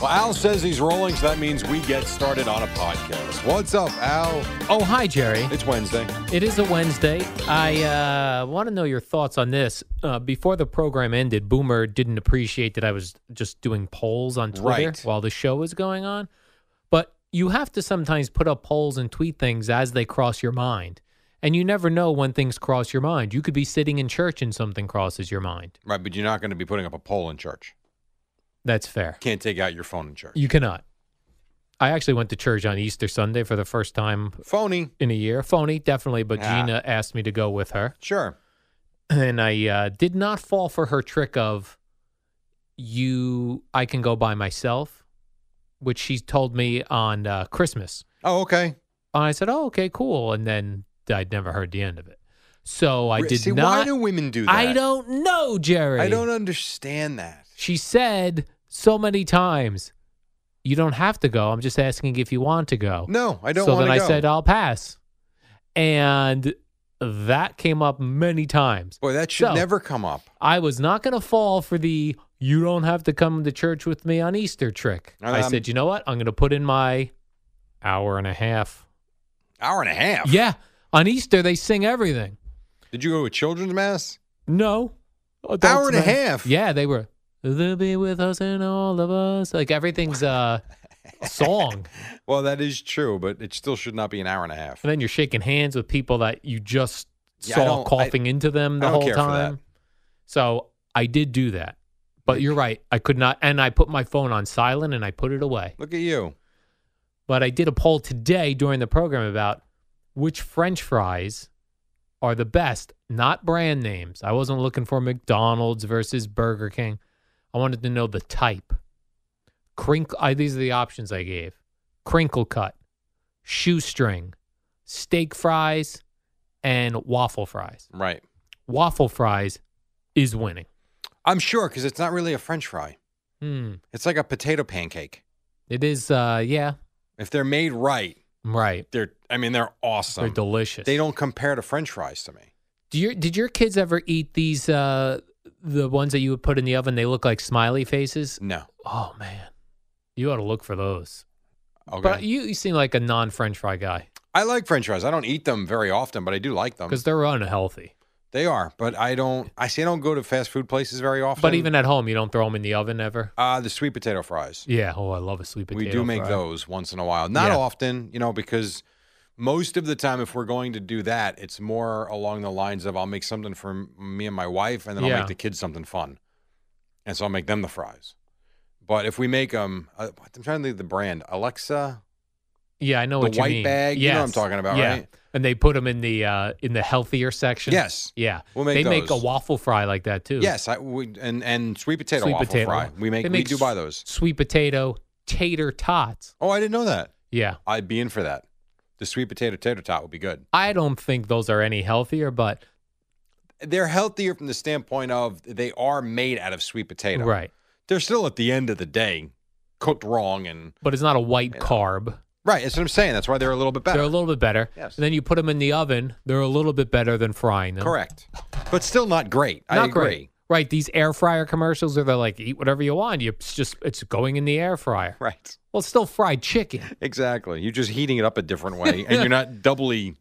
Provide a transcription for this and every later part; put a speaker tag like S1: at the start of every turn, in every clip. S1: Well, Al says he's rolling, so that means we get started on a podcast. What's up, Al?
S2: Oh, hi, Jerry.
S1: It's Wednesday.
S2: It is a Wednesday. I uh, want to know your thoughts on this. Uh, before the program ended, Boomer didn't appreciate that I was just doing polls on Twitter
S1: Right.
S2: while the show was going on. But you have to sometimes put up polls and tweet things as they cross your mind. And you never know when things cross your mind. You could be sitting in church and something crosses your mind.
S1: Right, but you're not going to be putting up a poll in church.
S2: That's fair.
S1: Can't take out your phone in church.
S2: You cannot. I actually went to church on Easter Sunday for the first time
S1: Phony.
S2: in a year. Phony, definitely, but
S1: Yeah.
S2: Gina asked me to go with her.
S1: Sure.
S2: And I uh, did not fall for her trick of you, I can go by myself, which she told me on uh, Christmas.
S1: Oh, okay.
S2: I said, oh, okay, cool. And then I'd never heard the end of it. So I
S1: Re-
S2: did
S1: See,
S2: not.
S1: Why do women do that?
S2: I don't know, Jerry.
S1: I don't understand that.
S2: She said so many times, you don't have to go. I'm just asking if you want to go.
S1: No, I don't
S2: so
S1: want
S2: then
S1: to
S2: I
S1: go.
S2: said, uh, I'll pass. And that came up many times.
S1: Boy, that should
S2: So,
S1: never come up.
S2: I was not going to fall for the you don't have to come to church with me on Easter trick. I
S1: Um,
S2: said, you know what? I'm going to put in my hour and a half.
S1: Hour and a half.
S2: Yeah. On Easter, they sing everything.
S1: Did you go to a children's mass?
S2: No. Adults
S1: Hour and a
S2: men.
S1: half?
S2: Yeah, they were. They'll be with us and all of us. Like everything's uh, a song.
S1: Well, that is true, but it still should not be an hour and a half.
S2: And then you're shaking hands with people that you just
S1: Yeah, I
S2: saw
S1: don't- I-
S2: coughing into them the
S1: I don't
S2: whole
S1: care for that.
S2: time. So I did do that. But you're right. I could not. And I put my phone on silent and I put it away.
S1: Look at you.
S2: But I did a poll today during the program about which french fries are the best, not brand names. I wasn't looking for McDonald's versus Burger King. I wanted to know the type. Crinkle, I, these are the options I gave crinkle cut, shoestring, steak fries, and waffle fries.
S1: Right.
S2: Waffle fries is winning.
S1: I'm sure because it's not really a French fry.
S2: Hmm.
S1: It's like a potato pancake.
S2: It is, uh, yeah,
S1: If they're made right,
S2: right.
S1: they're I mean they're awesome.
S2: They're delicious.
S1: They don't compare to French fries to me.
S2: Do your did your kids ever eat these uh the ones that you would put in the oven? They look like smiley faces.
S1: No.
S2: Oh man, you ought to look for those.
S1: Okay.
S2: But you, you seem like a non-French fry guy
S1: I like French fries. I don't eat them very often, but I do like them.
S2: because they're unhealthy.
S1: They are, but I don't. I see. I don't go to fast food places very often.
S2: But even at home, you don't throw them in the oven ever.
S1: uh, the sweet potato fries.
S2: Yeah. Oh, I love a sweet potato.
S1: we do make
S2: fry.
S1: those once in a while. Not
S2: Yeah.
S1: often, you know, because most of the time, if we're going to do that, it's more along the lines of I'll make something for m- me and my wife, and then I'll
S2: Yeah.
S1: make the kids something fun, and so I'll make them the fries. But if we make them, uh, what- I'm trying to think of the brand Alexa.
S2: Yeah, I know
S1: The
S2: what you
S1: white
S2: mean.
S1: bag, you know what I'm
S2: Yes.
S1: talking about,
S2: yeah.
S1: right?
S2: And they put them in the uh in the healthier section.
S1: Yes.
S2: Yeah.
S1: We'll make
S2: they make a
S1: those.
S2: waffle fry like that too.
S1: Yes, I we, and and sweet potato
S2: Sweet
S1: waffle
S2: potato.
S1: fry. We make,
S2: They
S1: we do
S2: s-
S1: buy those.
S2: Sweet potato tater tots.
S1: Oh, I didn't know that.
S2: Yeah.
S1: I'd be in for that. The sweet potato tater tot would be good.
S2: I don't think those are any healthier, but
S1: They're healthier from the standpoint of they are made out of sweet potato.
S2: right.
S1: They're still at the end of the day cooked wrong and
S2: But it's not a white
S1: Yeah.
S2: carb.
S1: right. That's what I'm saying. That's why they're a little bit better.
S2: They're a little bit better.
S1: Yes.
S2: And then you put them in the oven. They're a little bit better than frying them.
S1: Correct, but still not great. I
S2: Not
S1: agree.
S2: great. Right. These air fryer commercials are they're like eat whatever you want. You it's just it's going in the air fryer.
S1: Right.
S2: Well, it's still fried chicken.
S1: Exactly. You're just heating it up a different way, and you're not doubly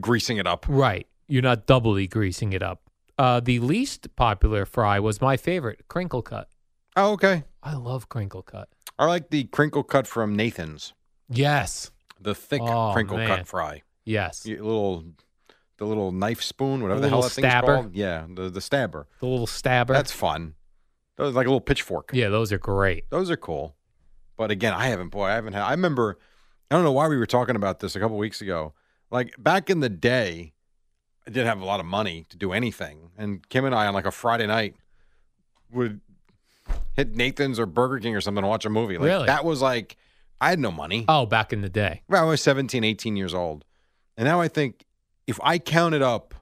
S1: greasing it up.
S2: Right. You're not doubly greasing it up. Uh, the least popular fry was my favorite, crinkle cut.
S1: Oh, okay.
S2: I love crinkle cut.
S1: I like the crinkle cut from Nathan's,
S2: Yes.
S1: the thick
S2: Oh,
S1: crinkle
S2: man.
S1: cut fry.
S2: Yes.
S1: You- little, the little knife spoon, whatever the hell that
S2: little stabber.
S1: thing's called. Yeah, the, the stabber.
S2: The little stabber.
S1: That's fun. That was like a little pitchfork.
S2: yeah, those are great.
S1: Those are cool. But again, I haven't, boy, I haven't had, I remember, I don't know why we were talking about this a couple weeks ago. Like back in the day, I didn't have a lot of money to do anything. And Kim and I on like a Friday night would hit Nathan's or Burger King or something and watch a movie. Like
S2: Really?
S1: that was like, I had no money.
S2: Oh, back in the day.
S1: Well, I was 17, 18 years old. And now I think if I counted up,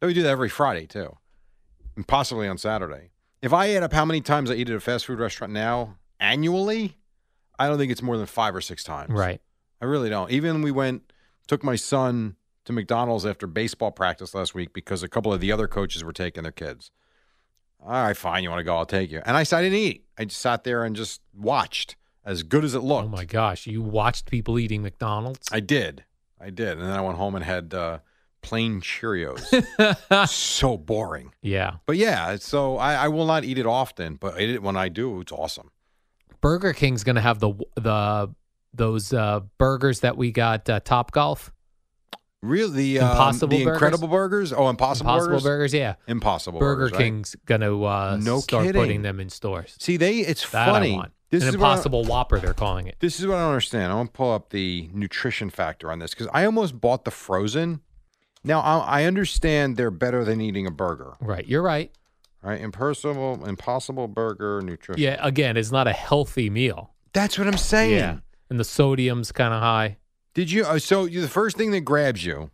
S1: and we do that every Friday too, and possibly on Saturday. If I add up how many times I eat at a fast food restaurant now annually, I don't think it's more than five or six times.
S2: Right.
S1: I really don't. Even we went, took my son to McDonald's after baseball practice last week because a couple of the other coaches were taking their kids. All right, fine. You want to go? I'll take you. And I, s- I didn't eat. I just sat there and just watched as good as it
S2: Oh
S1: looked.
S2: my gosh. You watched people eating McDonald's?
S1: I did. I did. And then I went home and had uh, plain Cheerios. so boring.
S2: yeah.
S1: But yeah, so I, I will not eat it often, but it, when I do, it's awesome.
S2: Burger King's gonna have the the those uh, burgers that we got uh, Top Golf,
S1: Really, the, um,
S2: Impossible
S1: the
S2: burgers?
S1: Incredible Burgers? Oh, Impossible,
S2: Impossible
S1: Burgers?
S2: Burgers. Yeah,
S1: Impossible
S2: Burger
S1: burgers, right?
S2: King's gonna uh,
S1: No
S2: start putting
S1: kidding.
S2: them in stores.
S1: See, they it's
S2: That
S1: funny.
S2: I want.
S1: This
S2: An
S1: is what I-
S2: Impossible Whopper, they're calling it.
S1: This is what I don't understand. I want to pull up the nutrition factor on this because I almost bought the frozen. Now I, I understand they're better than eating a burger,
S2: Right. You're right.
S1: right? Impossible, impossible burger nutrition.
S2: Yeah. Again, it's not a healthy meal.
S1: that's what I'm saying.
S2: And the sodium's kind of high.
S1: Did you? Uh, so you, the first thing that grabs you,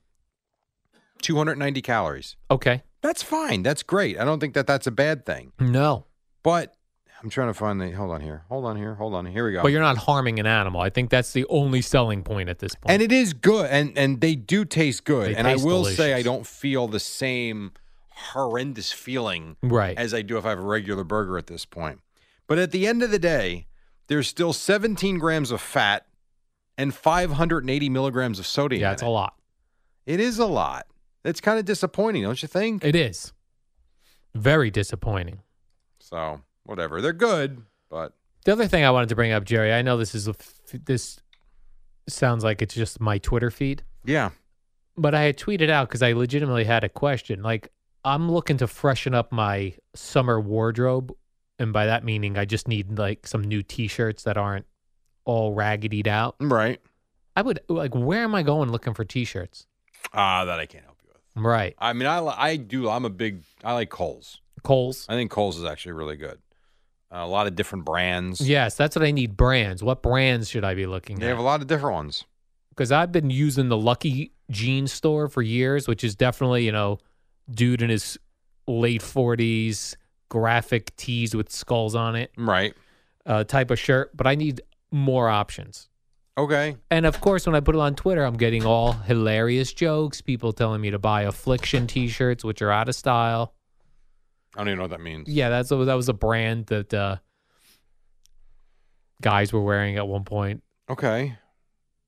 S1: 290 calories.
S2: Okay.
S1: That's fine. That's great. I don't think that that's a bad thing.
S2: No.
S1: But I'm trying to find the. Hold on here. Hold on here. Hold on. Here we go.
S2: But you're not harming an animal. I think that's the only selling point at this point.
S1: and it is good, and and they do taste good.
S2: They
S1: and
S2: taste
S1: I will say
S2: delicious.
S1: I don't feel the same horrendous feeling
S2: right.
S1: as I do if I have a regular burger at this point. But at the end of the day, there's still 17 grams of fat and 580 milligrams of sodium.
S2: yeah,
S1: in
S2: it's
S1: it.
S2: a lot.
S1: It is a lot. It's kind of disappointing, don't you think?
S2: It is. Very disappointing.
S1: So whatever, they're good, but
S2: The other thing I wanted to bring up, Jerry, I know this is a f- this sounds like it's just my Twitter feed,
S1: yeah,
S2: but I had tweeted out because I legitimately had a question. Like, I'm looking to freshen up my summer wardrobe, and by that meaning, I just need like some new T-shirts that aren't all raggedied out.
S1: right.
S2: I would like, where am I going looking for T-shirts?
S1: Ah, that I can't help you with.
S2: Right,
S1: I mean, I li- I do. I'm a big. I like Coles.
S2: Coles.
S1: I think Coles is actually really good. Uh, a lot of different brands.
S2: Yes, that's what I need. Brands. What brands should I be looking
S1: they have a
S2: at?
S1: lot of different ones.
S2: Because I've been using the Lucky Jean store for years, which is definitely you know, dude in his late forties, graphic tees with skulls on it,
S1: Right.
S2: uh, type of shirt. But I need more options.
S1: Okay.
S2: And of course, when I put it on Twitter, I'm getting all hilarious jokes. People telling me to buy Affliction T-shirts, which are out of style.
S1: I don't even know what that means.
S2: Yeah, that's a, that was a brand that uh, guys were wearing at one point.
S1: Okay.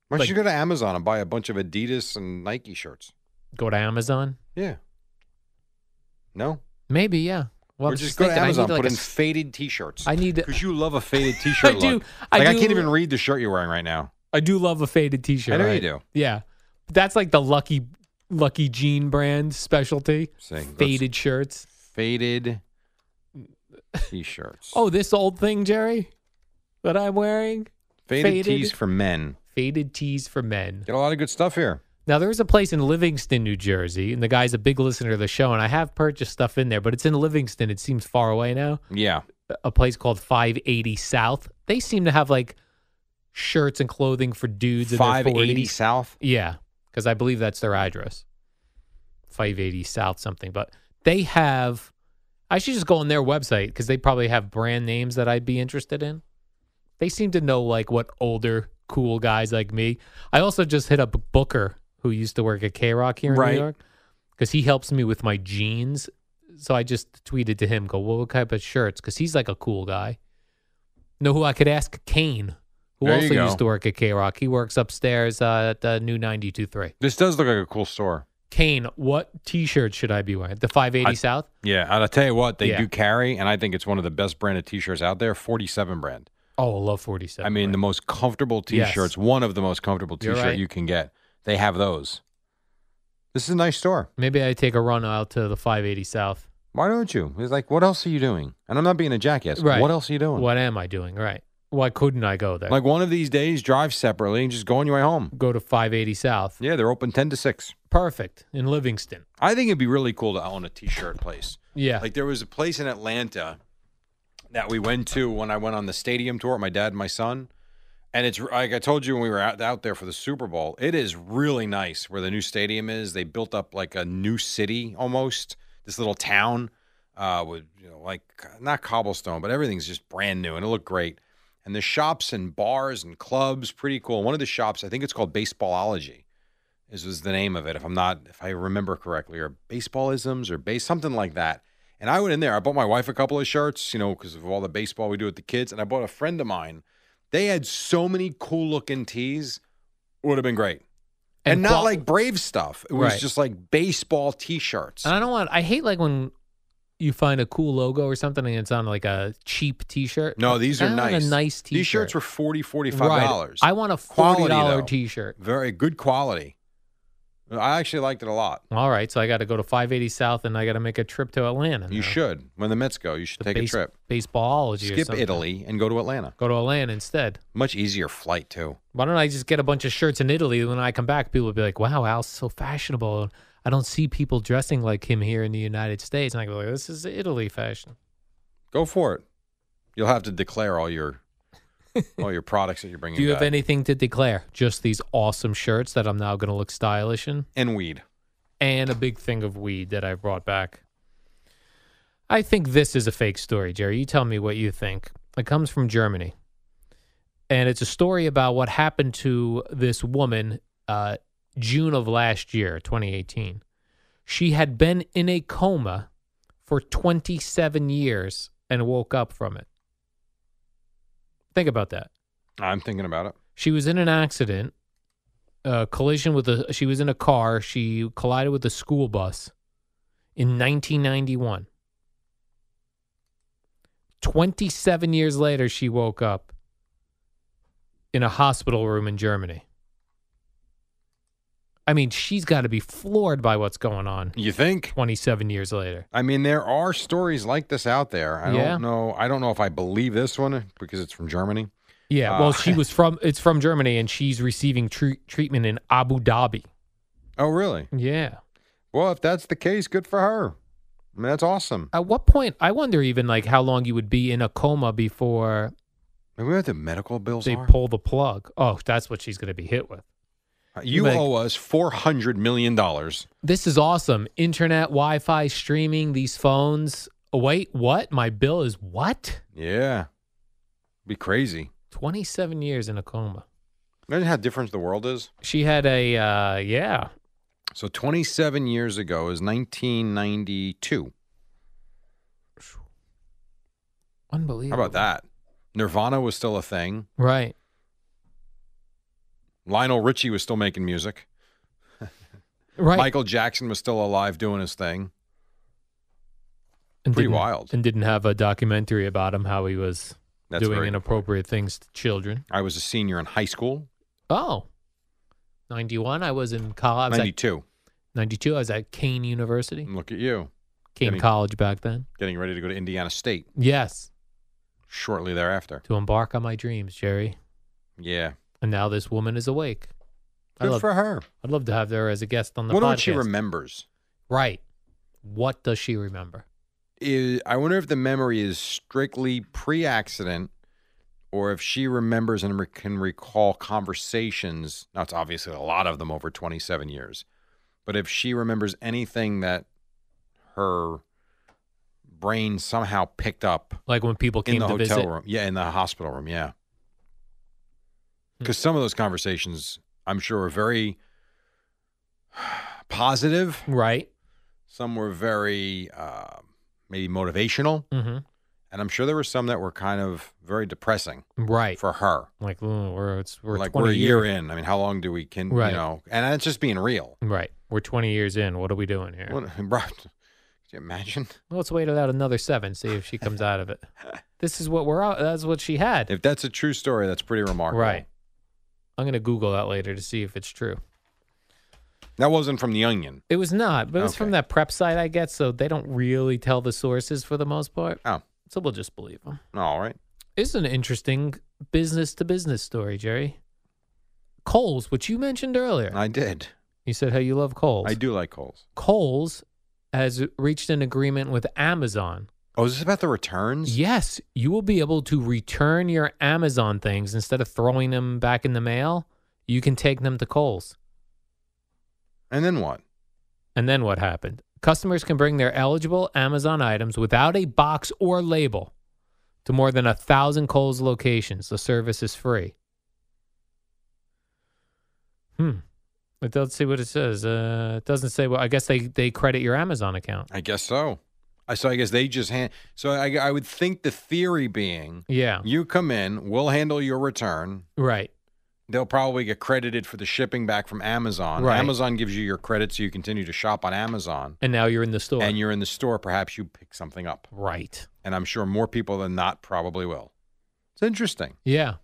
S1: Why don't
S2: Like-
S1: you go to Amazon and buy a bunch of Adidas and Nike shirts?
S2: Go to Amazon.
S1: Yeah. No.
S2: Maybe, yeah. Well,
S1: or
S2: I'm
S1: just, go
S2: thinking,
S1: to
S2: I
S1: Amazon,
S2: need like
S1: put
S2: a
S1: in
S2: s-
S1: faded T-shirts.
S2: I need.
S1: because you love a faded T-shirt.
S2: I do-
S1: look.
S2: I
S1: like I
S2: do-
S1: can't even read the shirt you're wearing right now.
S2: I do love a faded T-shirt.
S1: I know you
S2: right?
S1: do.
S2: Yeah, But that's like the lucky, lucky jean brand specialty.
S1: See, that's-
S2: Faded shirts.
S1: faded t-shirts.
S2: Oh, this old thing, Jerry, that I'm wearing.
S1: faded,
S2: faded.
S1: tees for men.
S2: Faded tees for men.
S1: Get a lot of good stuff here.
S2: Now there is a place in Livingston, New Jersey, and the guy's a big listener of the show, and I have purchased stuff in there, but it's in Livingston. It seems far away now.
S1: Yeah,
S2: a place called 580 South. They seem to have like shirts and clothing for dudes in
S1: five
S2: their
S1: eighty
S2: 40s.
S1: south.
S2: Yeah, because I believe that's their address. 580 South something. But they have, I should just go on their website because they probably have brand names that I'd be interested in. They seem to know like what older, cool guys like me. I also just hit up Booker, who used to work at K Rock here in
S1: Right.
S2: New York, because he helps me with my jeans. So I just tweeted to him, go, well, what type of shirts? Because he's like a cool guy. Know who I could ask? Kane, who
S1: There you
S2: also
S1: go.
S2: used to work at K Rock. He works upstairs uh, at uh, New 92.3.
S1: This does look like a cool store.
S2: Kane, what T-shirt should I be wearing? The 580
S1: I-
S2: South.
S1: Yeah, and I'll tell you what, they
S2: Yeah.
S1: do carry, and I think it's one of the best branded T-shirts out there. Forty-seven brand.
S2: Oh, I love 47.
S1: I mean, the most comfortable
S2: Yes.
S1: T-shirts. One of the most comfortable
S2: You're
S1: T-shirt
S2: right.
S1: you can get. They have those. This is a nice store.
S2: maybe I take a run out to the 580 South.
S1: Why don't you? It's like, what else are you doing? And I'm not being a jackass.
S2: Right.
S1: What else are you doing?
S2: What am I doing? Right. Why couldn't I go there?
S1: Like one of these days, drive separately and just go on your way home.
S2: go to 580 South.
S1: Yeah, they're open ten to six.
S2: Perfect in Livingston.
S1: I think it'd be really cool to own a T-shirt place.
S2: Yeah.
S1: Like there was a place in Atlanta that we went to when I went on the stadium tour, my dad and my son. And it's like I told you when we were out, out there for the Super Bowl, it is really nice where the new stadium is. They built up like a new city almost, this little town uh, with, you know, like not cobblestone, but everything's just brand new and it looked great. And the shops and bars and clubs, pretty cool. One of the shops, I think it's called Baseballology is was the name of it, if I'm not, if I remember correctly, or baseballisms or base something like that. And I went in there. I bought my wife a couple of shirts, you know, because of all the baseball we do with the kids. And I bought a friend of mine. They had so many cool looking tees. Would have been great, and, not
S2: qual-
S1: like Brave stuff. It was
S2: Right. Ah,
S1: just like baseball T-shirts.
S2: And I don't want. I hate like when you find a cool logo or something and it's on like a cheap T-shirt.
S1: no, these are
S2: I want
S1: nice.
S2: A nice T-shirt.
S1: These shirts were 40
S2: Right.
S1: $45. dollars.
S2: I want a
S1: Quality,
S2: forty dollar
S1: though.
S2: T-shirt.
S1: Very good quality. I actually liked it a lot.
S2: All right, so I got to go to 580 South and I got to make a trip to Atlanta.
S1: You
S2: now.
S1: should when the Mets go. You should
S2: The
S1: take
S2: base-
S1: a trip.
S2: Baseballology. or
S1: Skip
S2: something.
S1: Italy and go to Atlanta.
S2: Go to Atlanta instead.
S1: Much easier flight too.
S2: Why don't I just get a bunch of shirts in Italy? When I come back, people will be like, "Wow, Al's so fashionable." I don't see people dressing like him here in the United States. And I go, like, "This is Italy fashion."
S1: Go for it. You'll have to declare all your all your products that you're bringing.
S2: Do you have
S1: back.
S2: anything to declare? Just these awesome shirts that I'm now going to look stylish in,
S1: And weed.
S2: and a big thing of weed that I brought back. I think this is a fake story, Jerry. You tell me what you think. It comes from Germany, and it's a story about what happened to this woman uh, June of last year, 2018. She had been in a coma for 27 years and woke up from it. Think about that.
S1: I'm thinking about it.
S2: She was in an accident, a collision with a. She was in a car. She collided with a school bus in 1991. 27 years later, she woke up in a hospital room in Germany. I mean, she's got to be floored by what's going on
S1: You think?
S2: 27 years later.
S1: I mean, there are stories like this out there. I
S2: Yeah.
S1: don't know. I don't know if I believe this one because it's from Germany.
S2: Yeah,
S1: Uh,
S2: well, she was from it's from Germany and she's receiving tre- treatment in Abu Dhabi.
S1: Oh, really?
S2: Yeah.
S1: Well, if that's the case, good for her. I mean, that's awesome.
S2: At what point? I wonder even like how long you would be in a coma before
S1: Maybe what the medical bills
S2: they
S1: are.
S2: pull the plug. Oh, that's what she's going to be hit with.
S1: Uh, you
S2: like-
S1: owe us four hundred million dollars.
S2: This is awesome. Internet, Wi-Fi, streaming, these phones. Oh, wait, what? My bill is what?
S1: Yeah, be crazy.
S2: Twenty-seven years in a coma.
S1: Imagine how different the world is.
S2: She had a uh, yeah.
S1: So 27 years ago is 1992. How
S2: Unbelievable.
S1: about that? Nirvana was still a thing.
S2: Right.
S1: Lionel Richie was still making music.
S2: Right.
S1: Michael Jackson was still alive doing his thing.
S2: and
S1: pretty
S2: didn't-
S1: wild.
S2: And didn't have a documentary about him how he was
S1: That's
S2: doing
S1: very good point.
S2: inappropriate things to children.
S1: I was a senior in high school,
S2: Oh. 91. I was in college. I was at
S1: 92.
S2: 92. I was at Kane University,
S1: And Look at you,
S2: Kane
S1: Getting-
S2: College back then.
S1: getting ready to go to Indiana State
S2: Yes,
S1: shortly thereafter.
S2: to embark on my dreams, Jerry.
S1: Yeah.
S2: And now this woman is awake. I
S1: Good
S2: love-
S1: for her.
S2: I'd love to have her as a guest on the
S1: What
S2: podcast.
S1: about she remembers?
S2: Right. What does she remember?
S1: is I wonder if the memory is strictly pre-accident or if she remembers and re- can recall conversations. Now it's obviously a lot of them over 27 years. But if she remembers anything that her brain somehow picked up
S2: Like when people came
S1: in the
S2: to
S1: hotel
S2: visit.
S1: room. Yeah, in the hospital room, yeah.
S2: Hmm.
S1: Cuz some of those conversations I'm sure were very positive.
S2: Right.
S1: Some were very uh, maybe motivational
S2: Mm-hmm.
S1: And I'm sure there were some that were kind of very depressing
S2: Right.
S1: for her.
S2: like mm, we're it's, we're
S1: like
S2: 20
S1: we're a year
S2: years
S1: in. I mean, how long do we can
S2: Right.
S1: you know? And that's just being real.
S2: Right. We're 20 years in. What are we doing here?
S1: What- bro, Could you imagine
S2: Well, let's wait it out another seven, see if she comes out of it. This is what we're out. That's what she had.
S1: if that's a true story? That's pretty remarkable.
S2: Right. I'm going to Google that later to see if it's true.
S1: That wasn't from the Onion.
S2: It was not, but it was from
S1: Okay.
S2: that prep site I get, so they don't really tell the sources for the most part.
S1: Oh,
S2: So we'll just believe them.
S1: all right.
S2: It's an interesting business to business story, Jerry. Coles, which you mentioned earlier.
S1: I did.
S2: you said how you love Coles.
S1: I do like Coles.
S2: Coles has reached an agreement with Amazon
S1: Oh, is this about the returns?
S2: Yes, you will be able to return your Amazon things instead of throwing them back in the mail. You can take them to Kohl's.
S1: And then what?
S2: And then what happened? Customers can bring their eligible Amazon items without a box or label to more than a thousand Kohl's locations. The service is free. Hmm. It doesn't say what it says. Uh, it doesn't say. Well, I guess they they credit your Amazon account.
S1: I guess so. I so I guess they just hand. So I, I would think the theory being,
S2: Yeah.
S1: you come in, we'll handle your return.
S2: Right.
S1: They'll probably get credited for the shipping back from Amazon.
S2: Right.
S1: Amazon gives you your credit, so you continue to shop on Amazon.
S2: And now you're in the store.
S1: And you're in the store, perhaps you pick something up,
S2: right.
S1: and I'm sure more people than not probably will. It's interesting.
S2: Yeah,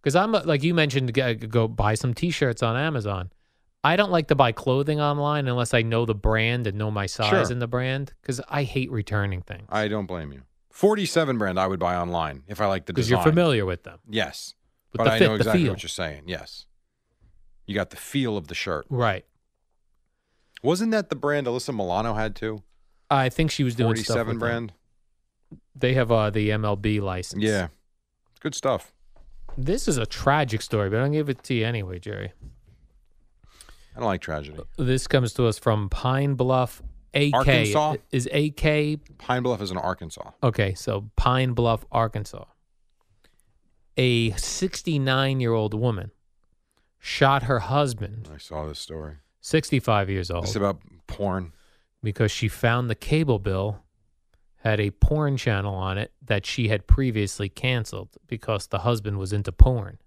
S2: because I'm a- like you mentioned, g- go buy some T-shirts on Amazon. I don't like to buy clothing online unless I know the brand and know my size
S1: Sure.
S2: in the brand because I hate returning things
S1: I don't blame you. Forty-seven brand I would buy online if I like the
S2: because
S1: design.
S2: you're familiar with them.
S1: Yes,
S2: With
S1: but
S2: the
S1: I
S2: fit,
S1: know
S2: the
S1: exactly
S2: feel.
S1: what you're saying. Yes, you got the feel of the shirt.
S2: Right.
S1: Wasn't that the brand Alyssa Milano had too?
S2: I think she was doing stuff with
S1: 47
S2: them.
S1: brand.
S2: They have uh, the MLB license.
S1: Yeah. Good stuff.
S2: This is a tragic story, but I'm gonna give it to you anyway, Jerry.
S1: I don't like tragedy.
S2: This comes to us from Pine Bluff, AK.
S1: Arkansas?
S2: Is AK
S1: Pine Bluff is in Arkansas.
S2: Okay, so Pine Bluff, Arkansas. A 69 year old woman shot her husband,
S1: I saw this story.
S2: 65 years old,
S1: It's about porn.
S2: because she found the cable bill had a porn channel on it that she had previously canceled because the husband was into porn.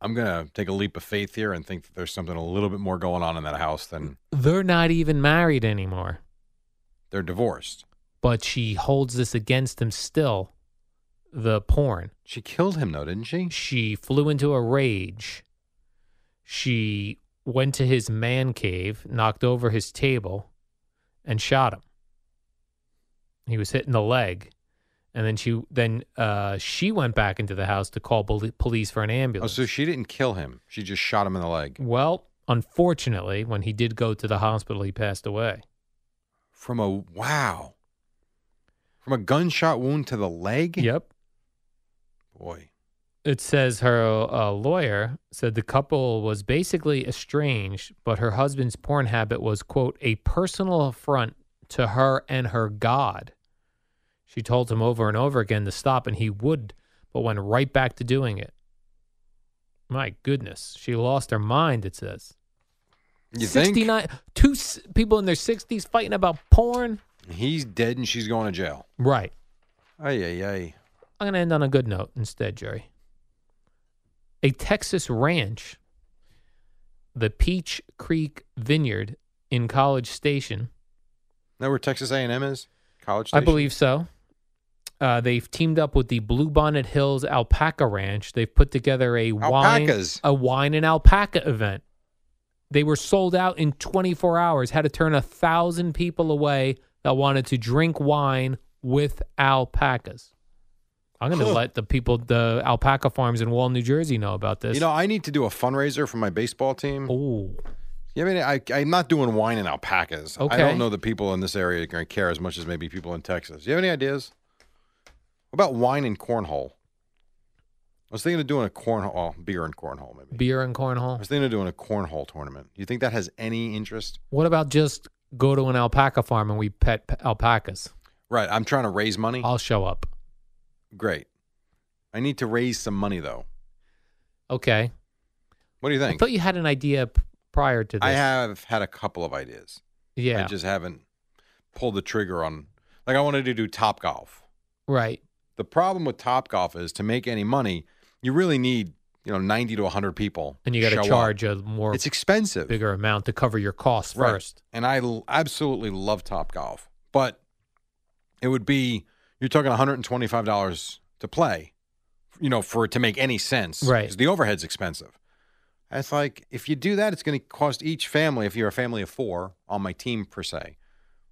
S1: I'm going to take a leap of faith here and think that there's something a little bit more going on in that house than
S2: They're not even married anymore,
S1: they're divorced.
S2: but she holds this against him still the porn.
S1: She killed him, though, didn't she?
S2: She flew into a rage. She went to his man cave, knocked over his table, and shot him. He was hit in the leg, and then she then uh, she went back into the house to call poli- police for an
S1: Oh,
S2: ambulance.
S1: so she didn't kill him. She just shot him in the leg
S2: well, unfortunately, when he did go to the hospital, he passed away.
S1: from a wow. From a gunshot wound to the leg?
S2: Yep.
S1: Boy.
S2: It says her uh, lawyer said the couple was basically estranged, but her husband's porn habit was, quote, a personal affront to her and her God. She told him over and over again to stop, and he would, but went right back to doing it. My goodness. She lost her mind, it says.
S1: You think?
S2: 69, two s- people in their 60s fighting about porn?
S1: He's dead and she's going to jail.
S2: Right.
S1: Ay, ay, ay.
S2: I'm going to end on a good note instead, Jerry. A Texas ranch, the Peach Creek Vineyard in College Station,
S1: Know where Texas A&M is? College
S2: I
S1: Station?
S2: believe so. Uh, they've teamed up with the Bluebonnet Hills Alpaca Ranch. They've put together a
S1: Alpacas.
S2: wine, a wine and alpaca event. They were sold out in 24 hours. Had to turn a thousand people away that wanted to drink wine with alpacas. I'm going to
S1: Huh.
S2: let the people, the alpaca farms in Wall, New Jersey, know about this.
S1: You know, I need to do a fundraiser for my baseball team.
S2: oh,
S1: Yeah, I mean, I, I'm not doing wine and alpacas. I
S2: Okay.
S1: don't know the people in this area are going to care as much as maybe people in Texas. Do you have any ideas? What about wine and cornhole? I was thinking of doing a cornhole, oh, beer and cornhole, maybe.
S2: beer and
S1: I
S2: cornhole.
S1: was thinking of doing a cornhole tournament. Do you think that has any interest?
S2: What about just go to an alpaca farm and we pet p- alpacas?
S1: Right. I'm trying to raise money.
S2: I'll show up.
S1: Great. I need to raise some money, though.
S2: Okay.
S1: What do you
S2: I
S1: think?
S2: thought you had an idea p- prior to this.
S1: I have had a couple of ideas.
S2: Yeah.
S1: I just haven't pulled the trigger on. Like I wanted to do top golf.
S2: Right.
S1: The problem with Top Golf is to make any money, you really need you know ninety to hundred people,
S2: And you got
S1: show
S2: to
S1: up.
S2: charge a more
S1: It's expensive.
S2: bigger amount to cover your costs
S1: Right.
S2: first.
S1: And I l- absolutely love Top Golf, but it would be you're talking one hundred and twenty five dollars to play, you know, for it to make any sense.
S2: Right.
S1: 'cause the overhead's expensive. And It's like if you do that, it's going to cost each family, if you're a family of four on my team per se.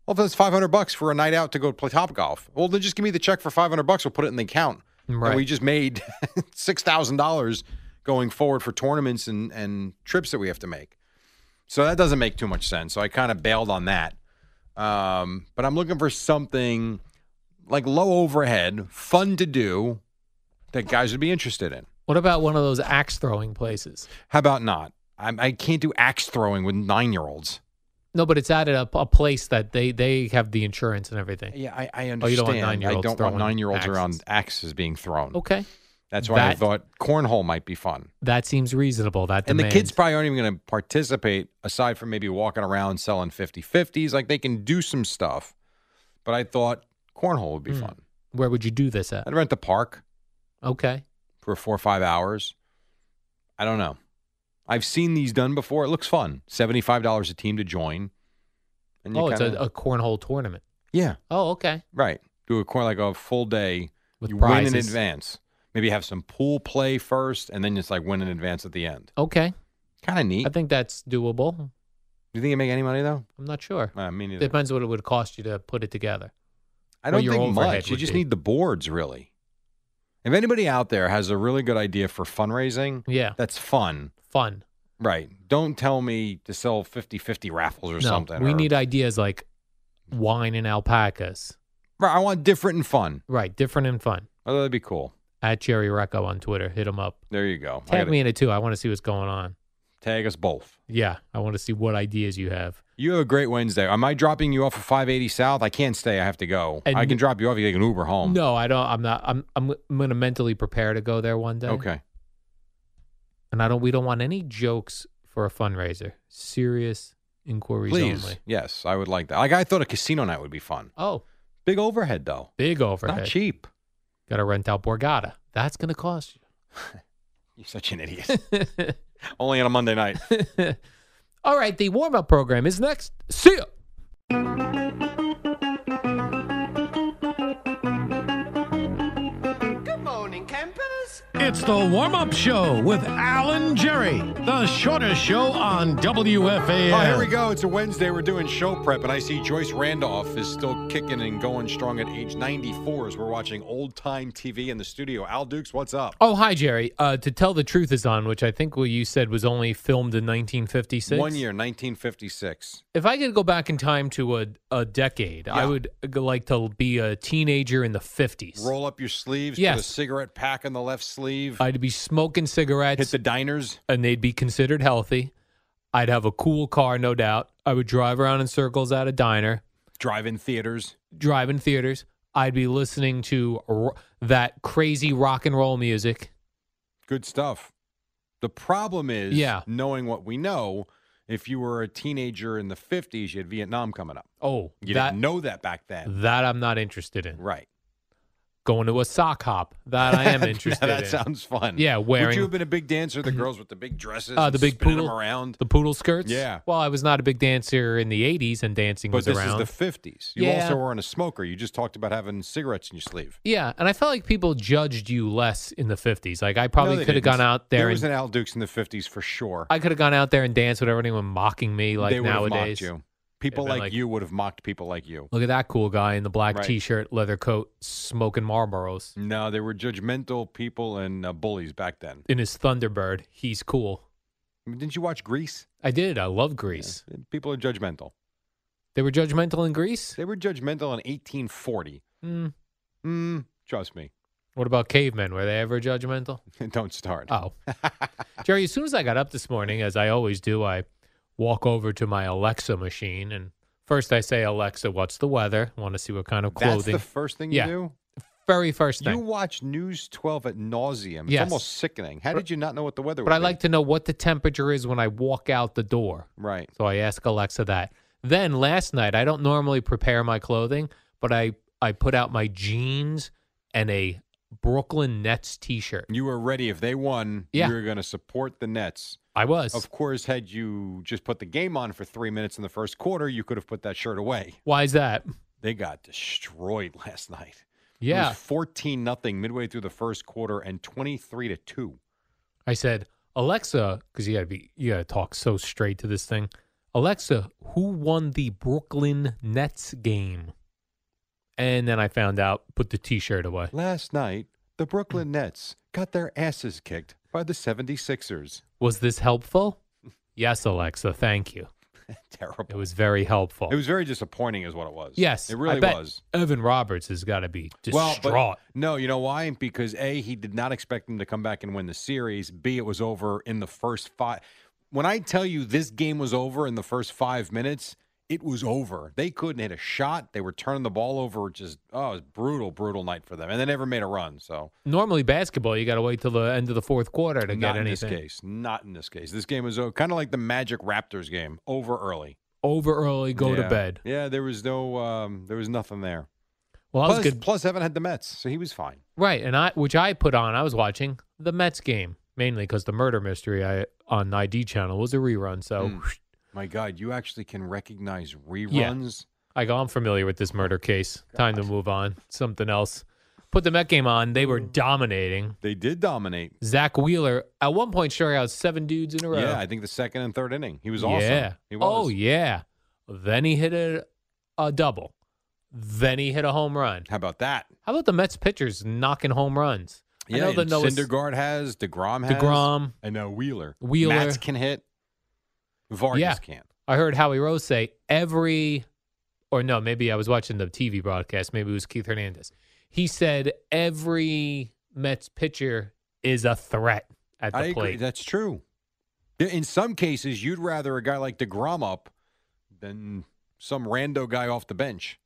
S1: Well, if it's five hundred bucks for a night out to go play Top Golf, well, then just give me the check for five hundred bucks. We'll put it in the account. And
S2: Right.
S1: we just made six thousand dollars going forward for tournaments and and trips that we have to make. So that doesn't make too much sense. So I kind of bailed on that. Um, but I'm looking for something like low overhead, fun to do that guys would be interested in.
S2: What about one of those axe throwing places?
S1: How about not? I, I can't do axe throwing with nine year olds.
S2: No, but it's added up a place that they they have the insurance and everything.
S1: Yeah, I, I
S2: Oh, you don't want
S1: understand. I
S2: nine-year-olds
S1: don't want
S2: throwing
S1: nine year olds around
S2: axes.
S1: axes being thrown.
S2: Okay,
S1: That's why I
S2: That-
S1: thought cornhole might be fun.
S2: that seems reasonable. That
S1: And the
S2: demand.
S1: kids probably aren't even going to participate aside from maybe walking around selling 50 50s. Like they can do some stuff. But I thought cornhole would be
S2: Hmm.
S1: fun.
S2: Where would you do this at?
S1: I'd rent the park
S2: Okay,
S1: for four or five hours. I don't know. I've seen these done before. It looks fun. $75 a team to join. And
S2: oh, it's
S1: kinda-
S2: a, a cornhole tournament.
S1: yeah,
S2: Oh, okay.
S1: right. Do a corn like a full day.
S2: With
S1: you
S2: prizes.
S1: win in advance. Maybe have some pool play first and then just like win in advance at the end.
S2: Okay,
S1: Kind of neat.
S2: I think that's doable.
S1: do you think you make any money though?
S2: I'm not sure.
S1: Uh, me neither.
S2: Depends what it would cost you to put it together.
S1: I
S2: what
S1: don't
S2: your
S1: think
S2: overhead
S1: much. You
S2: would
S1: just
S2: be.
S1: need the boards, really. If anybody out there has a really good idea for fundraising,
S2: Yeah,
S1: that's fun.
S2: fun.
S1: Right. Don't tell me to sell 50 50 raffles or
S2: no,
S1: something.
S2: we
S1: or-
S2: need ideas like wine and alpacas.
S1: Right, I want different and fun.
S2: Right, different and fun.
S1: Oh, that'd be cool.
S2: At Jerry Recco on Twitter, hit him up.
S1: There you go. I
S2: Tag
S1: gotta
S2: me in it too. I want to see what's going on.
S1: tag us both.
S2: Yeah, I want to see what ideas you have.
S1: You have a great Wednesday. Am I dropping you off at 580 South? I can't stay. I have to go.
S2: And-
S1: I can drop you off. You take an Uber home.
S2: No, I don't. I'm not. I'm. I'm, I'm going to mentally prepare to go there one day.
S1: Okay.
S2: And I don't. We don't want any jokes for a fundraiser. Serious inquiries
S1: Please.
S2: only.
S1: Yes, I would like that. Like, I thought a casino night would be fun.
S2: Oh,
S1: Big overhead, though.
S2: big overhead.
S1: Not cheap.
S2: Got to rent out Borgata. That's going to cost
S1: You're such an idiot.
S2: you.
S1: Only on a Monday night.
S2: All right, the warm up program is next. See ya.
S3: It's the warm up show with Alan Jerry, the shortest show on WFAN.
S1: Oh, here we go. It's a Wednesday. We're doing show prep, and I see Joyce Randolph is still kicking and going strong at age 94 as we're watching old time TV in the studio. Al Dukes, what's up?
S2: Oh, hi, Jerry. Uh, to Tell the Truth is on, which I think what you said was only filmed in 1956.
S1: One year, 1956.
S2: If I could go back in time to a, a decade, I
S1: Yeah.
S2: would g- like to be a teenager in the 50s.
S1: Roll up your sleeves, put a
S2: Yes.
S1: cigarette pack in the left sleeve,
S2: I'd be smoking
S1: hit
S2: cigarettes
S1: the diners.
S2: and they'd be considered healthy. I'd have a cool car, no doubt. I would drive around in circles at a diner,
S1: Drive in theaters.
S2: drive in theaters. I'd be listening to r- that crazy rock and roll music.
S1: Good stuff. The problem is
S2: Yeah.
S1: knowing what we know. If you were a teenager in the 50s, you had Vietnam coming up.
S2: Oh,
S1: You
S2: that,
S1: didn't know that back then.
S2: that I'm not interested in.
S1: Right.
S2: Going to a sock hop, that I am
S1: Now
S2: interested
S1: that
S2: in.
S1: sounds fun.
S2: Yeah,
S1: Would
S2: wearing- Mhm.
S1: you have been a big dancer? The girls with the big dresses,
S2: Uh,
S1: and
S2: the big
S1: spinning them
S2: poodle?
S1: around.
S2: The poodle skirts?
S1: Yeah.
S2: Well, I was not a big dancer in the 80s and dancing
S1: But
S2: was
S1: this
S2: around.
S1: is the fifties. You
S2: Yeah.
S1: also weren't a smoker. You just talked about having cigarettes in your sleeve.
S2: Yeah, and I felt like people judged you less in the 50s. Like I probably
S1: No, they
S2: could have
S1: didn't.
S2: gone out there,
S1: There was
S2: and
S1: an Al Dukes in the fifties for sure.
S2: I could have gone out there and danced with everyone mocking me like
S1: they would have
S2: nowadays.
S1: mocked you. People
S2: been
S1: like,
S2: like-
S1: you would have mocked people like you.
S2: Look at that cool guy in the black
S1: Right. Mm.
S2: t-shirt, leather coat, smoking Marlboros
S1: No, they were judgmental people and uh, bullies back then.
S2: in his Thunderbird. He's cool.
S1: I mean, didn't you watch Grease?
S2: I did. I love Greece.
S1: People are judgmental.
S2: They were judgmental in Greece.
S1: They were judgmental in eighteen forty.
S2: Mm.
S1: Mm, trust me.
S2: What about cavemen? Were they ever judgmental?
S1: Don't start.
S2: Oh. Jerry, as soon as I got up this morning, as I always do, I walk over to my Alexa machine and first I say, Alexa, what's the weather? want to see what kind of
S1: That's
S2: clothing.
S1: the first thing
S2: Yeah.
S1: you do.
S2: Very first
S1: You
S2: thing.
S1: watch News 12 at nauseum. It's
S2: Yes.
S1: almost sickening. How did you not know what the weather
S2: but
S1: would
S2: I
S1: be?
S2: like to know what the temperature is when I walk out the door.
S1: Right.
S2: So I ask Alexa that. Then last night, I don't normally prepare my clothing, but I, I put out my jeans and a Brooklyn Nets T-shirt.
S1: You were ready. If they won,
S2: Yeah.
S1: you were going to support the Nets.
S2: I was.
S1: Of course, had you just put the game on for three minutes in the first quarter, you could have put that shirt away.
S2: Why is that?
S1: They got destroyed last night. It
S2: Yeah,
S1: was 14 nothing midway through the first quarter and 23 to 2.
S2: I said Alexa because you gotta be you gotta talk so straight to this thing. Alexa, who won the Brooklyn Nets game? And then I found out. Put the T-shirt away.
S1: Last night, the Brooklyn Nets got their asses kicked by the 76ers.
S2: Was this helpful? Yes, Alexa. Thank you.
S1: Terrible.
S2: It was very helpful.
S1: It was very disappointing, is what it was.
S2: Yes,
S1: It
S2: I
S1: really
S2: bet
S1: was.
S2: Evan Roberts has got to be
S1: Well,
S2: distraught.
S1: but- no, you know why? Because A, he did not expect them to come back and win the series. B, it was over in the first five. When I tell you this game was over in the first five minutes, it was over. They couldn't hit a shot. They were turning the ball over. Just, oh, it was brutal, brutal night for them. And they never made a run. So,
S2: Normally, basketball, you got to wait till the end of the fourth quarter to
S1: not
S2: get
S1: in
S2: anything.
S1: this case. Not in this case. This game was kind of like the Magic Raptors game, over early.
S2: Over early, go
S1: Yeah.
S2: to bed.
S1: Yeah, there was no, um, there was nothing there.
S2: Well, I
S1: Plus,
S2: was good.
S1: plus, Evan had the Mets, so he was fine.
S2: Right, and I, which I put on, I was watching the Mets game mainly because the murder mystery I on ID channel was a rerun. So
S1: Hmm. My God, you actually can recognize
S2: Yeah.
S1: reruns.
S2: I go, I'm familiar with this murder case. Time to move on. Something else. Put the Met game on. They were
S1: Hmm.
S2: dominating.
S1: They did dominate.
S2: Zach Wheeler at one point sure out seven dudes in a row.
S1: Yeah, I think the second and third inning. He was awesome.
S2: Yeah.
S1: He was.
S2: Oh yeah. Then he hit a, a double. Then he hit a home run.
S1: How about that?
S2: How about the Mets pitchers knocking home runs?
S1: Yeah,
S2: I know the
S1: and
S2: Noah S-
S1: Syndergaard has, DeGrom has.
S2: DeGrom.
S1: And now Wheeler.
S2: Wheeler.
S1: Mats can hit. Vargas
S2: Yeah.
S1: can't.
S2: I heard Howie Rose say every, or no, maybe I was watching the TV broadcast. Maybe it was Keith Hernandez. He said every Mets pitcher is a threat at the
S1: I agree.
S2: plate.
S1: That's true. Yeah, In some cases, you'd rather a guy like DeGrom up than some rando guy off the bench.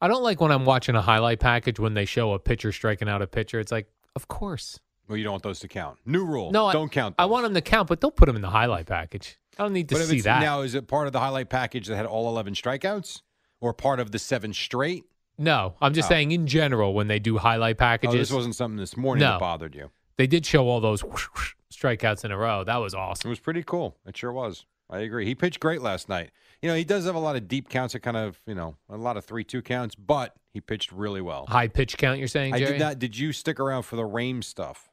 S2: I don't like when I'm watching a highlight package when they show a pitcher striking out a pitcher. It's like, of course.
S1: Well, you don't want those to count. New rule.
S2: No, I-
S1: don't count.
S2: I
S1: those.
S2: want them to count, but don't put them in the highlight package. I don't need to
S1: But if
S2: see
S1: it's,
S2: that.
S1: now, is it part of the highlight package that had all 11 strikeouts or part of the seven straight?
S2: no, I'm just
S1: Oh.
S2: saying in general when they do highlight
S1: Oh,
S2: packages,
S1: this wasn't something this morning
S2: No.
S1: that bothered you.
S2: they did show all those whoosh, whoosh strikeouts in a row. That was
S1: It
S2: awesome.
S1: was pretty cool. It sure was. I agree. He pitched great last night. You know, he does have a lot of deep counts that kind of, you know, a lot of 3 2 counts, but he pitched really well.
S2: High pitch count, you're saying,
S1: I
S2: Jerry?
S1: did not. Did you stick around for the Rame stuff?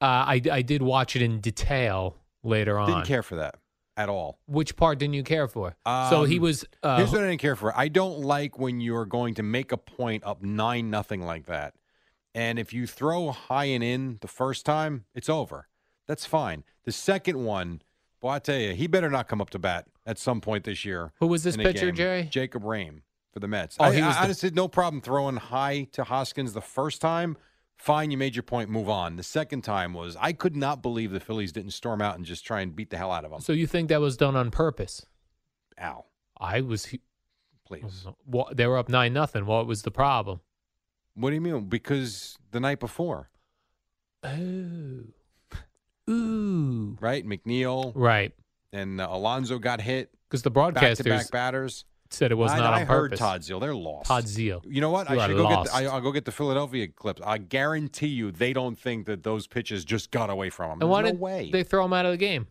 S2: Uh, I I did watch it in detail later on.
S1: Didn't care for that at all.
S2: Which part didn't you care for? so he
S1: Um,
S2: was. Uh,
S1: Here's what I didn't care for. I don't like when you're going to make a point up nine nothing like that. And if you throw high and in the first time, it's over. That's fine. The second one, boy, I tell you, he better not come up to bat at some point this year.
S2: Who was this
S1: in a
S2: pitcher,
S1: game.
S2: Jerry?
S1: Jacob Rame for the Mets.
S2: Oh,
S1: I,
S2: he was
S1: I
S2: the-
S1: honestly had no problem throwing high to Hoskins the first time. Fine, you made your point. Move on. The second time was I could not believe the Phillies didn't storm out and just try and beat the hell out of him.
S2: so you think that was done on purpose?
S1: Ow,
S2: I was.
S1: please.
S2: Well, they were up nine nothing. What was the problem?
S1: What do you mean? Because the night before,
S2: Oh, ooh,
S1: right? McNeil
S2: right.
S1: and uh, Alonzo got hit
S2: Because the
S1: back to
S2: broadcasters
S1: back batters.
S2: said it was
S1: I,
S2: not
S1: I
S2: on
S1: heard
S2: purpose.
S1: Todd Zeal. They're lost.
S2: Todd Zeal.
S1: You know what?
S2: You
S1: I
S2: are
S1: should go get. The, I,
S2: lost.
S1: I'll go get the Philadelphia clips. I guarantee you, they don't think that those pitches just got away from them.
S2: And why
S1: no
S2: did
S1: way.
S2: they throw him out of the game?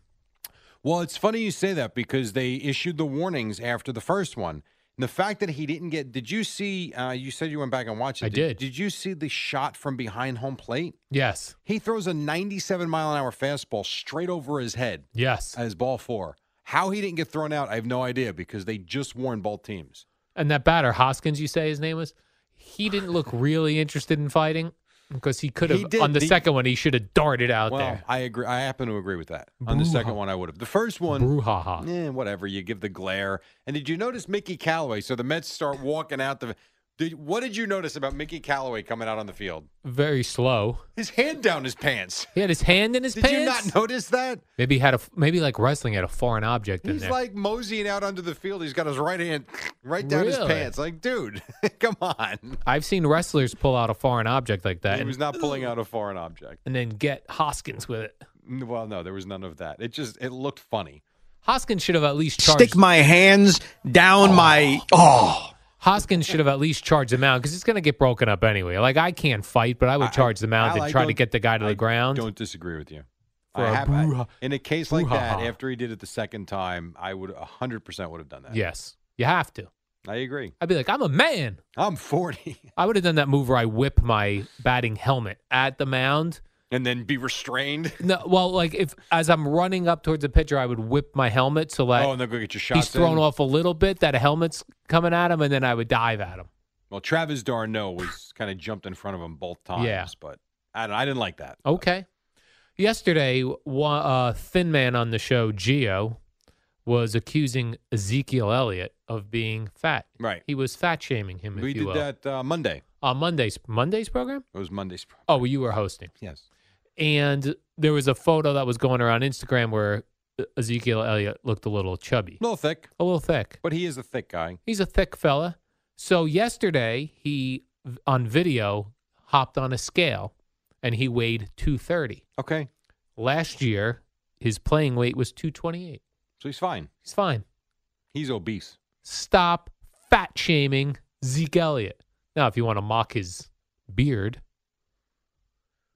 S1: Well, it's funny you say that because they issued the warnings after the first one. And the fact that he didn't get. Did you see? Uh, you said you went back and watched it.
S2: I did.
S1: Did you see the shot from behind home plate?
S2: Yes,
S1: He throws a 97 mile an hour fastball straight over his head.
S2: yes.
S1: as ball four. How he didn't get thrown out, I have no idea because they just warned both teams.
S2: And that batter, Hoskins, you say his name was, he didn't look really interested in fighting because he could
S1: He
S2: have
S1: did.
S2: on the,
S1: The-
S2: second one. He should have darted out
S1: well,
S2: there.
S1: I agree. I happen to agree with that. On the second
S2: Brouhaha.
S1: one, I would have. The first one,
S2: Brouhaha.
S1: eh, whatever. You give the glare. And did you notice Mickey Callaway? So the Mets start walking out the. Did, what did you notice about Mickey Callaway coming out on the field?
S2: Very slow.
S1: His hand down his pants.
S2: He had his hand in his
S1: Did you
S2: pants.
S1: not notice that?
S2: Maybe he had a maybe like wrestling had a foreign object in
S1: He's
S2: there.
S1: like moseying out onto the field. He's got his right hand right down his
S2: Really?
S1: pants. Like, dude, come on.
S2: I've seen wrestlers pull out a foreign object like that
S1: He
S2: and,
S1: was not pulling out a foreign object.
S2: and then get Hoskins with it.
S1: N- Well, no, there was none of that. It just it looked funny.
S2: Hoskins should have at least charged.
S4: Stick my hands down my. Oh,
S2: Hoskins should have at least charged the mound because it's going to get broken up anyway. Like I can't fight, but I would charge the mound
S1: Al, I
S2: and try to
S1: don't-
S2: get the guy to the
S1: I
S2: ground.
S1: Don't disagree with you.
S2: For
S1: I
S2: a
S1: have, I-
S2: brouha-
S1: in a case like that,
S2: brouhaha.
S1: after he did it the second time, I would 100% would have done that.
S2: Yes, you have to.
S1: I agree.
S2: I'd be like, I'm a man.
S1: I'm 40.
S2: I would have done that move where I whip my batting helmet at the mound.
S1: And then be restrained.
S2: No, well, like if as I'm running up towards the pitcher, I would whip my helmet so that
S1: oh, and then go get your shots
S2: he's thrown
S1: in.
S2: off a little bit, that a helmet's coming at him, and then I would dive at him.
S1: Well, Travis Darno was kind of jumped in front of him both times.
S2: Yeah. Oh,
S1: But I, don't, I didn't like that.
S2: Okay. Yesterday, one, uh, Thin Man on the show, Geo, was accusing Ezekiel Elliott of being fat.
S1: Right.
S2: He was fat shaming him, if
S1: we
S2: you
S1: did
S2: will.
S1: that uh, Monday.
S2: On Monday's Monday's program?
S1: It was Monday's. pro-
S2: Oh, you were hosting.
S1: Yes.
S2: And there was a photo that was going around Instagram where Ezekiel Elliott looked a little chubby,
S1: A little thick,
S2: a little thick.
S1: but he is a thick guy.
S2: He's a thick fella. So yesterday, he v- on video hopped on a scale and he weighed 230.
S1: Okay.
S2: Last year, his playing weight was 228.
S1: So he's fine.
S2: He's fine.
S1: He's obese.
S2: Stop fat shaming Zeke Elliott. Now, if you want to mock his beard,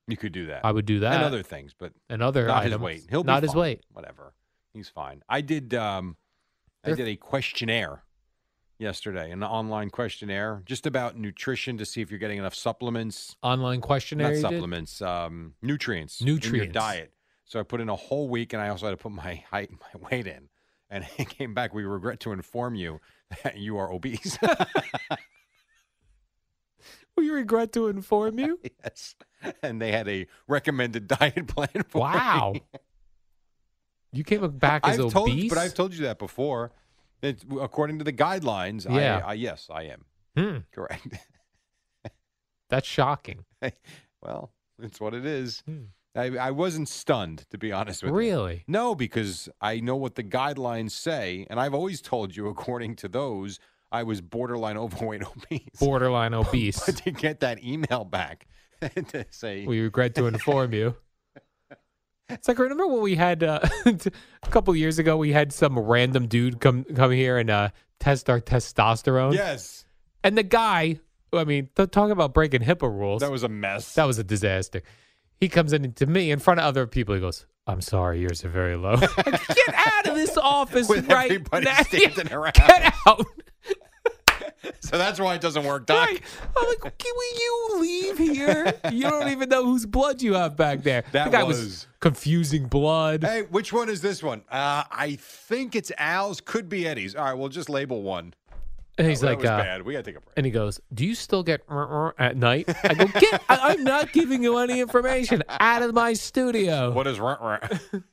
S1: You could do that.
S2: I would do that.
S1: And other things, but
S2: and other
S1: not his
S2: items.
S1: weight. He'll be
S2: not his
S1: fine.
S2: weight.
S1: Whatever. He's fine. I did. Um, I
S2: They're-
S1: did a questionnaire yesterday, an online questionnaire, just about nutrition to see if you're getting enough supplements,
S2: Online questionnaire.
S1: not
S2: you did?
S1: supplements, um, nutrients, in your
S2: Nutrients.
S1: diet. So I put in a whole week, and I also had to put my height and my weight in. And it came back. We regret to inform you that you are obese.
S2: We regret to inform you.
S1: yes. And they had a recommended diet plan for
S2: wow.
S1: me.
S2: You came back as
S1: I've
S2: obese?
S1: told, but I've told you that before. It's according to the guidelines,
S2: Yeah.
S1: I, I, yes, I am
S2: Hmm,
S1: correct.
S2: that's shocking.
S1: well, it's what it is.
S2: Hmm.
S1: I, I wasn't stunned, to be honest with you.
S2: Really?
S1: No, because I know what the guidelines say, and I've always told you, according to those, I was borderline overweight obese.
S2: borderline obese.
S1: But to get that email back to say,
S2: we regret to inform you. It's like remember when we had uh, a couple years ago we had some random dude come come here and uh, test our testosterone.
S1: yes,
S2: And the guy, I mean, th- talk about breaking HIPAA rules.
S1: that was a mess.
S2: that was a disaster. He comes in to me in front of other people. He goes, "I'm sorry, yours are very low." Get out of this office
S1: With
S2: right
S1: everybody
S2: now.
S1: standing around.
S2: Get out.
S1: so that's why it doesn't work, Doc.
S2: Right. I'm like, can will you leave here? You don't even know whose blood you have back there.
S1: That
S2: the guy was,
S1: was-
S2: confusing blood.
S1: Hey, which one is this one? Uh, I think it's Al's, could be Eddie's. All right, we'll just label one.
S2: and he's
S1: that
S2: like,
S1: was
S2: uh,
S1: bad. We got to take a break.
S2: and he goes, "Do you still get rrr, rrr at night?" I go, "Get! I, I'm not giving you any information. Out of my studio.
S1: What is runt runt?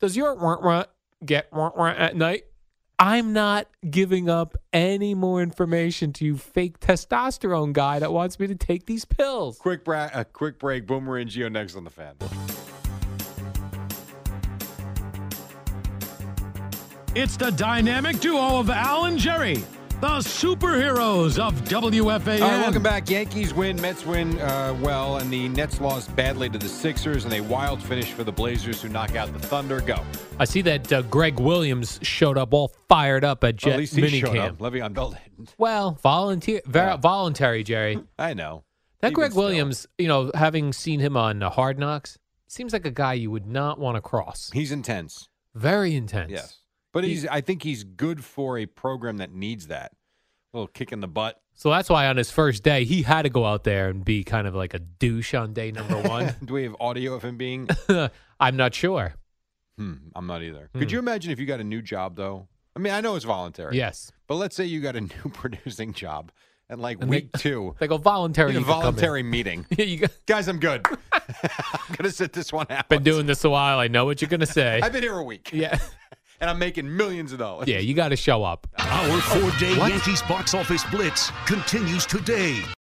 S2: Does your rrr, rrr get rrr, rrr at night?" I'm not giving up any more information to you, fake testosterone guy that wants me to take these pills.
S1: Quick bra- a quick break. Boomer and Geo next on the fan.
S3: It's the dynamic duo of Al and Jerry, the superheroes of WFAN.
S1: All right, welcome back. Yankees win, Mets win uh, well, and the Nets lost badly to the Sixers, and a wild finish for the Blazers who knock out the Thunder. Go.
S2: I see that uh, Greg Williams showed up all fired up at
S1: Well,
S2: Jet
S1: at least he showed up.
S2: minicamp.
S1: Le'Veon Bell didn't.
S2: Well, volunteer, ver- voluntary, Jerry.
S1: I know.
S2: That
S1: Even
S2: Greg
S1: still.
S2: Williams, you know, having seen him on uh, Hard Knocks, seems like a guy you would not want to cross.
S1: He's intense.
S2: Very intense.
S1: Yes. But
S2: He-
S1: he's. I think he's good for a program that needs that. A little kick in the butt.
S2: So that's why on his first day, he had to go out there and be kind of like a douche on day number one.
S1: Do we have audio of him being?
S2: I'm not sure.
S1: hmm, I'm not either. Could you imagine if you got a new job though? I mean, I know it's voluntary.
S2: Yes.
S1: But let's say you got a new producing job, and like
S2: And they-
S1: week two,
S2: They go voluntary.
S1: in a
S2: you can come in."
S1: voluntary meeting.
S2: you go,
S1: Guys, I'm good. I'm gonna sit this one out.
S2: been doing this a while. I know what you're going to say.
S1: I've been here a week,
S2: yeah.
S1: and I'm making millions of dollars.
S2: Yeah, you got to show up.
S4: Our four day Yankees box office blitz continues today.